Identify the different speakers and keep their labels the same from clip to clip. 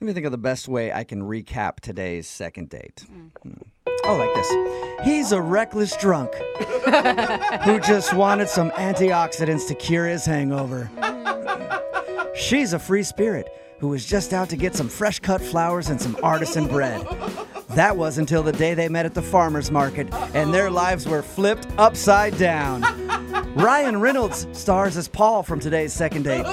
Speaker 1: Let me think of the best way I can recap today's second date. Hmm. Oh, like this. He's a reckless drunk who just wanted some antioxidants to cure his hangover. She's a free spirit who was just out to get some fresh cut flowers and some artisan bread. That was until the day they met at the farmer's market, and their lives were flipped upside down. Ryan Reynolds stars as Paul from today's second date.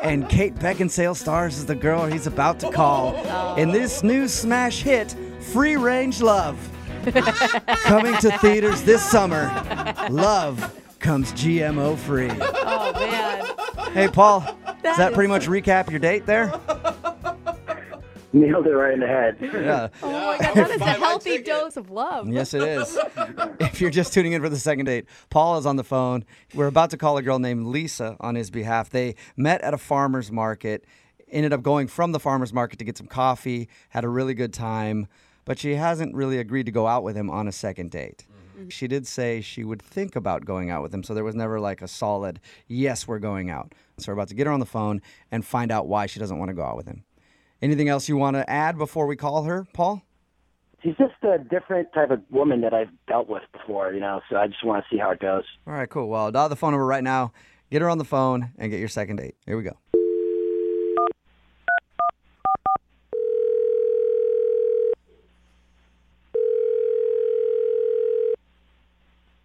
Speaker 1: And Kate Beckinsale stars as the girl he's about to call in this new smash hit, Free Range Love. Coming to theaters this summer, Love comes GMO free.
Speaker 2: Oh man.
Speaker 1: Hey, Paul, does that
Speaker 2: is-
Speaker 1: pretty much recap your date there?
Speaker 3: Nailed it right in the head.
Speaker 1: Yeah.
Speaker 2: Oh my god, that is a
Speaker 4: Buy my
Speaker 2: healthy
Speaker 4: ticket.
Speaker 2: dose of love.
Speaker 1: Yes, it is. if you're just tuning in for the second date, Paul is on the phone. We're about to call a girl named Lisa on his behalf. They met at a farmer's market, ended up going from the farmer's market to get some coffee, had a really good time, but she hasn't really agreed to go out with him on a second date. She did say she would think about going out with him, so there was never like a solid, yes, we're going out. So we're about to get her on the phone and find out why she doesn't want to go out with him. Anything else you want to add before we call her, Paul?
Speaker 3: She's just a different type of woman that I've dealt with before, you know, so I just want to see how it goes.
Speaker 1: All right, cool. Well, dial the phone number right now. Get her on the phone and get your second date. Here we go.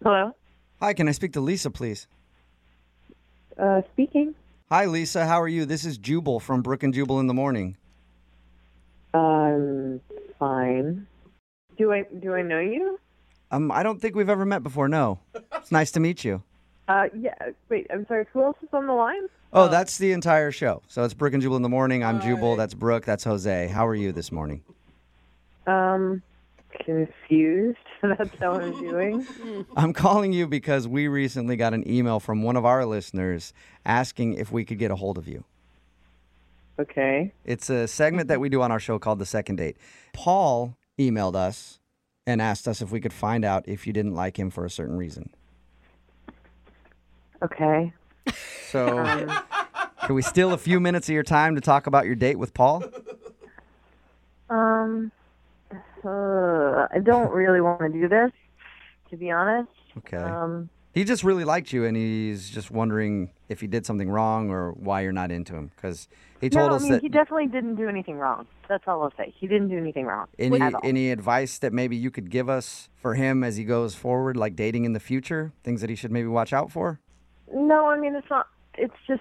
Speaker 5: Hello.
Speaker 1: Hi, can I speak to Lisa, please?
Speaker 5: Uh, speaking.
Speaker 1: Hi, Lisa. How are you? This is Jubal from Brook and Jubal in the Morning.
Speaker 5: Um, fine. Do I do I know you?
Speaker 1: Um, I don't think we've ever met before. No. It's nice to meet you.
Speaker 5: Uh, yeah. Wait, I'm sorry. Who else is on the line?
Speaker 1: Oh, that's the entire show. So it's Brook and Jubal in the Morning. I'm Jubal. That's Brooke. That's Jose. How are you this morning?
Speaker 5: Um, confused. That's how I'm doing.
Speaker 1: I'm calling you because we recently got an email from one of our listeners asking if we could get a hold of you.
Speaker 5: Okay.
Speaker 1: It's a segment
Speaker 5: Mm-hmm.
Speaker 1: that we do on our show called The Second Date. Paul emailed us and asked us if we could find out if you didn't like him for a certain reason.
Speaker 5: Okay.
Speaker 1: So, can we steal a few minutes of your time to talk about your date with Paul?
Speaker 5: Um, uh, I don't really want to do this, to be honest.
Speaker 1: Okay.
Speaker 5: Um,
Speaker 1: he just really liked you and he's just wondering if he did something wrong or why you're not into him because he told
Speaker 5: no,
Speaker 1: us
Speaker 5: I mean
Speaker 1: that
Speaker 5: he definitely didn't do anything wrong. That's all I'll say. He didn't do anything wrong.
Speaker 1: any
Speaker 5: at all.
Speaker 1: any advice that maybe you could give us for him as he goes forward like dating in the future, things that he should maybe watch out for?
Speaker 5: No, I mean it's not. It's just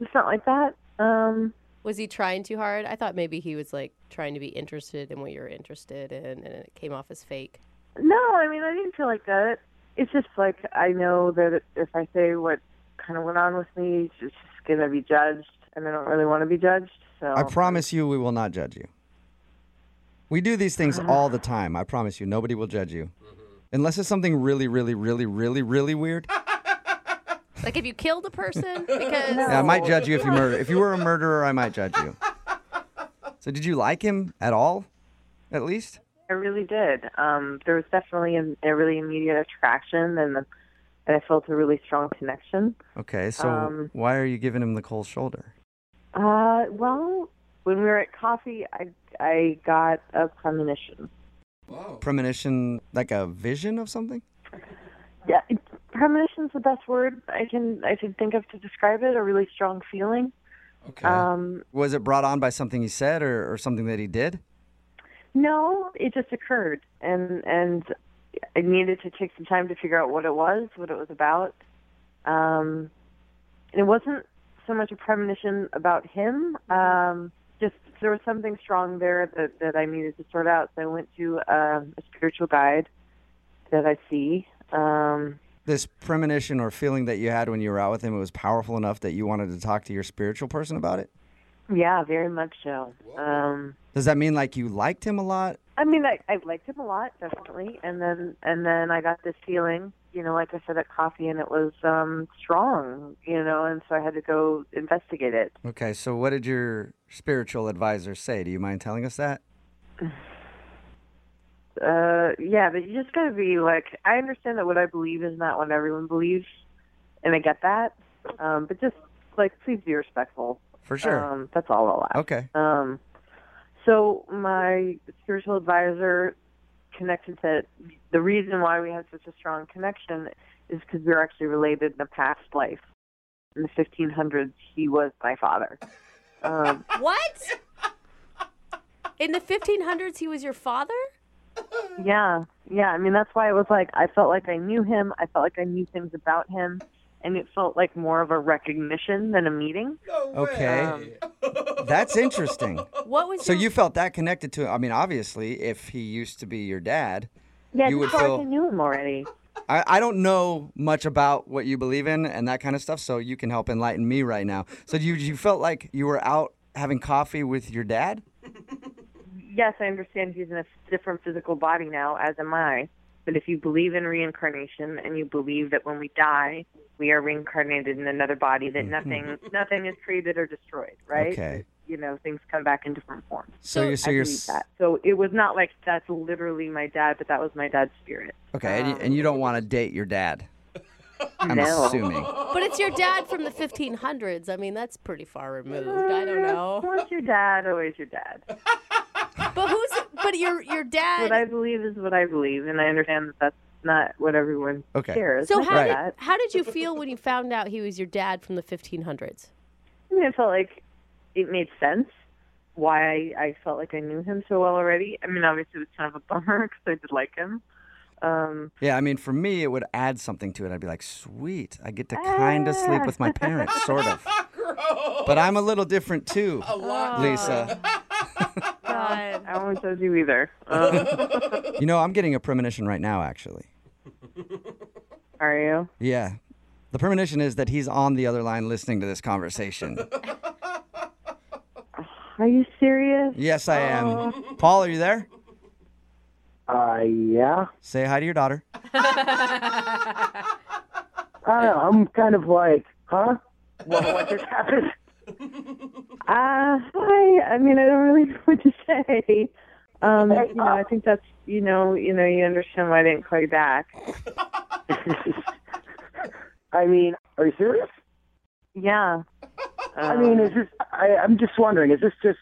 Speaker 5: it's not like that. Um.
Speaker 2: Was he trying too hard? I thought maybe he was like trying to be interested in what you're interested in and it came off as fake.
Speaker 5: No, I mean I didn't feel like that. It's just like I know that if I say what kind of went on with me, it's just gonna be judged, and I don't really want to be judged. So
Speaker 1: I promise you, we will not judge you. We do these things all the time. I promise you, nobody will judge you. Unless it's something really, really, really, really, really weird.
Speaker 2: Like if you killed a person because
Speaker 1: Yeah, I might judge you if you murder. If you were a murderer, I might judge you. So, did you like him at all? At least?
Speaker 5: I really did. Um, there was definitely a, a really immediate attraction, and the, and I felt a really strong connection.
Speaker 1: Okay, so
Speaker 5: Um,
Speaker 1: why are you giving him the cold shoulder?
Speaker 5: Uh, well, when we were at coffee, I I got a premonition.
Speaker 1: Premonition, like a vision of something?
Speaker 5: Yeah, it- premonition's the best word I can I can think of to describe it. A really strong feeling.
Speaker 1: Okay.
Speaker 5: Um,
Speaker 1: Was it brought on by something he said or, or something that he did?
Speaker 5: No, it just occurred, and and I needed to take some time to figure out what it was, what it was about. Um, and it wasn't so much a premonition about him. Um, just there was something strong there that that I needed to sort out. So I went to um, a spiritual guide that I see. Um,
Speaker 1: This premonition or feeling that you had when you were out with him, it was powerful enough that you wanted to talk to your spiritual person about it?
Speaker 5: yeah, very much so. Um,
Speaker 1: Does that mean like you liked him a lot?
Speaker 5: I mean, I, I liked him a lot, definitely, and then and then I got this feeling, you know, like I said at coffee, and it was um strong, you know, and so I had to go investigate it.
Speaker 1: Okay, so what did your spiritual advisor say? Do you mind telling us that?
Speaker 5: Uh, yeah, but you just gotta be like, I understand that what I believe is not what everyone believes, and I get that, um, but just like please be respectful.
Speaker 1: For sure.
Speaker 5: Um, that's all I'll ask.
Speaker 1: okay.
Speaker 5: Um, So my spiritual advisor connected to the reason why we had such a strong connection is because we were actually related in a past life. In the 1500s, he was my father. Um,
Speaker 2: What? In the 1500s, he was your father?
Speaker 5: Yeah, yeah. I mean, that's why it was like I felt like I knew him. I felt like I knew things about him, and it felt like more of a recognition than a meeting. Um,
Speaker 1: Okay. That's interesting.
Speaker 2: What was
Speaker 1: So
Speaker 2: your,
Speaker 1: you felt that connected to I mean, obviously, if he used to be your dad.
Speaker 5: Yeah,
Speaker 1: You
Speaker 5: I just
Speaker 1: would
Speaker 5: felt
Speaker 1: feel-
Speaker 5: like I knew him already.
Speaker 1: I, I don't know much about what you believe in and that kind of stuff, so you can help enlighten me right now. So you you felt like you were out having coffee with your dad?
Speaker 5: Yes, I understand he's in a different physical body now, as am I. But if you believe in reincarnation and you believe that when we die, we are reincarnated in another body, that nothing nothing is created or destroyed, right?
Speaker 1: Mm-hmm. Okay.
Speaker 5: You know, things come back in different forms.
Speaker 1: So,
Speaker 2: So-
Speaker 1: you're so
Speaker 5: I
Speaker 1: you're
Speaker 5: believe
Speaker 1: s-
Speaker 5: that. So it was not like that's literally my dad, but that was my dad's spirit.
Speaker 1: Okay, and, you, and you don't want to date your dad. I'm
Speaker 5: No.
Speaker 1: assuming.
Speaker 2: but it's your dad from the 1500s. I mean, that's pretty far removed. I don't know.
Speaker 5: Once your dad, always your dad.
Speaker 2: But who's? But your your
Speaker 5: What I
Speaker 2: dad.
Speaker 5: believe is what I believe, and I understand that that's not what everyone
Speaker 1: Okay.
Speaker 5: shares.
Speaker 2: So
Speaker 5: I get
Speaker 2: how
Speaker 5: that.
Speaker 2: did how did you feel when you found out he was your dad from the 1500s?
Speaker 5: I mean, I felt like it made sense why I, I felt like I knew him so well already. I mean, obviously it was kind of a bummer because I did like him. Um,
Speaker 1: Yeah, I mean, for me, it would add something to it. I'd be like, sweet, I get to kind of sleep with my parents, sort of. But I'm a little different too, Lisa.
Speaker 2: God.
Speaker 5: I won't judge you either. Um,
Speaker 1: You know, I'm getting a premonition right now, actually.
Speaker 5: are you?
Speaker 1: Yeah. The premonition is that he's on the other line listening to this conversation.
Speaker 5: Are you serious?
Speaker 1: Yes, I am. Paul, are you there?
Speaker 3: Uh, yeah.
Speaker 1: Say hi to your daughter.
Speaker 3: I don't know. I'm kind of like, huh? What, what just happened?
Speaker 5: Uh, hi. I mean, I don't really know what to say. Um, you know, I think that's you know, you know, you understand why I didn't call you back.
Speaker 3: I mean, are you serious?
Speaker 5: Yeah.
Speaker 3: I mean, is this? I, I'm just wondering. Is this just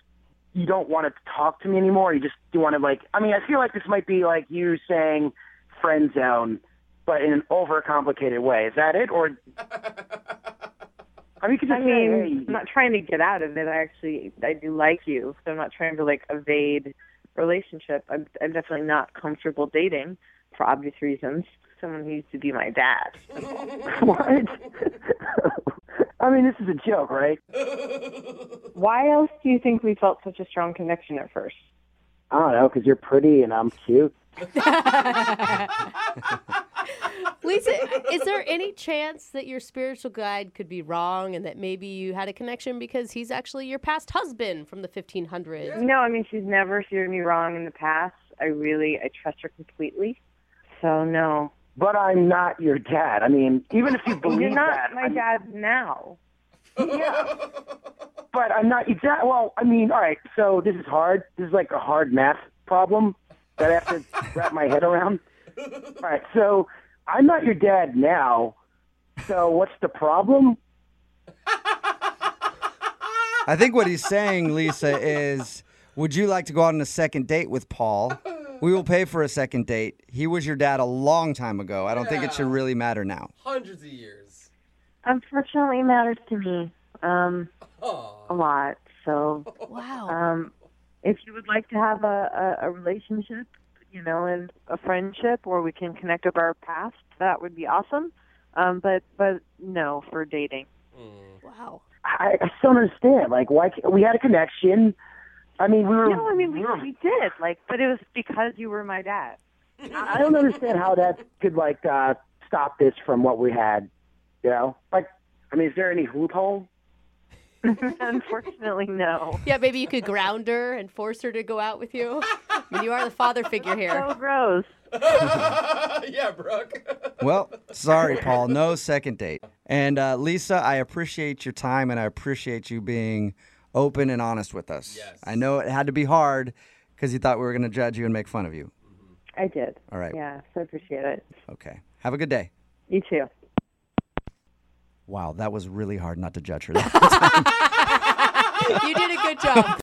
Speaker 3: you don't want to talk to me anymore? You just you want to like? I mean, I feel like this might be like you saying friend zone, but in an overcomplicated way. Is that it? Or I mean, you could just
Speaker 5: I mean,
Speaker 3: say,
Speaker 5: I'm
Speaker 3: hey,
Speaker 5: not trying to get out of it. I actually, I do like you, so I'm not trying to like evade relationship. I'm, I'm definitely not comfortable dating for obvious reasons. Someone who used to be my dad.
Speaker 3: what? I mean, this is a joke, right?
Speaker 5: Why else do you think we felt such a strong connection at first?
Speaker 3: I don't know, because you're pretty and I'm cute.
Speaker 2: Lisa, is there any chance that your spiritual guide could be wrong and that maybe you had a connection because he's actually your past husband from the 1500s?
Speaker 5: No, I mean she's never steered me wrong in the past. I really, I trust her completely. So no,
Speaker 3: But I'm not your dad. I mean, even if you believe
Speaker 5: you're not
Speaker 3: that,
Speaker 5: my
Speaker 3: I'm-
Speaker 5: dad now.
Speaker 3: But I'm not exactly. Well, I mean, all right. So this is hard. This is like a hard math problem that I have to wrap my head around. All right. So I'm not your dad now. So what's the problem?
Speaker 1: I think what he's saying, Lisa, is would you like to go out on a second date with Paul? We will pay for a second date. He was your dad a long time ago. I don't think it should really matter now.
Speaker 4: Hundreds of years.
Speaker 5: Unfortunately, it matters to me um, a lot. So
Speaker 2: Wow.
Speaker 5: um, if you would like to have a, a, a relationship, you know, and a friendship where we can connect over our past, that would be awesome. Um, but but no for dating.
Speaker 2: Wow.
Speaker 3: I, I still don't understand. Like, why ca- we had a connection? I mean, we were.
Speaker 5: No, I mean we,
Speaker 3: were-
Speaker 5: we did like, but it was because you were my dad.
Speaker 3: I I don't understand how that could like uh, stop this from what we had. You know, like, I mean, is there any loophole?
Speaker 5: Unfortunately, no.
Speaker 2: Yeah, maybe you could ground her and force her to go out with you. I mean, you are the father figure here.
Speaker 5: So gross.
Speaker 4: yeah, Brooke.
Speaker 1: Well, sorry, Paul. No second date. And uh, Lisa, I appreciate your time and I appreciate you being open and honest with us.
Speaker 4: Yes.
Speaker 1: I know it had to be hard because you thought we were going to judge you and make fun of you.
Speaker 5: I did.
Speaker 1: All right.
Speaker 5: Yeah, so I appreciate it.
Speaker 1: Okay. Have a good day.
Speaker 5: You too.
Speaker 1: Wow, that was really hard not to judge her. That
Speaker 2: You did a good job.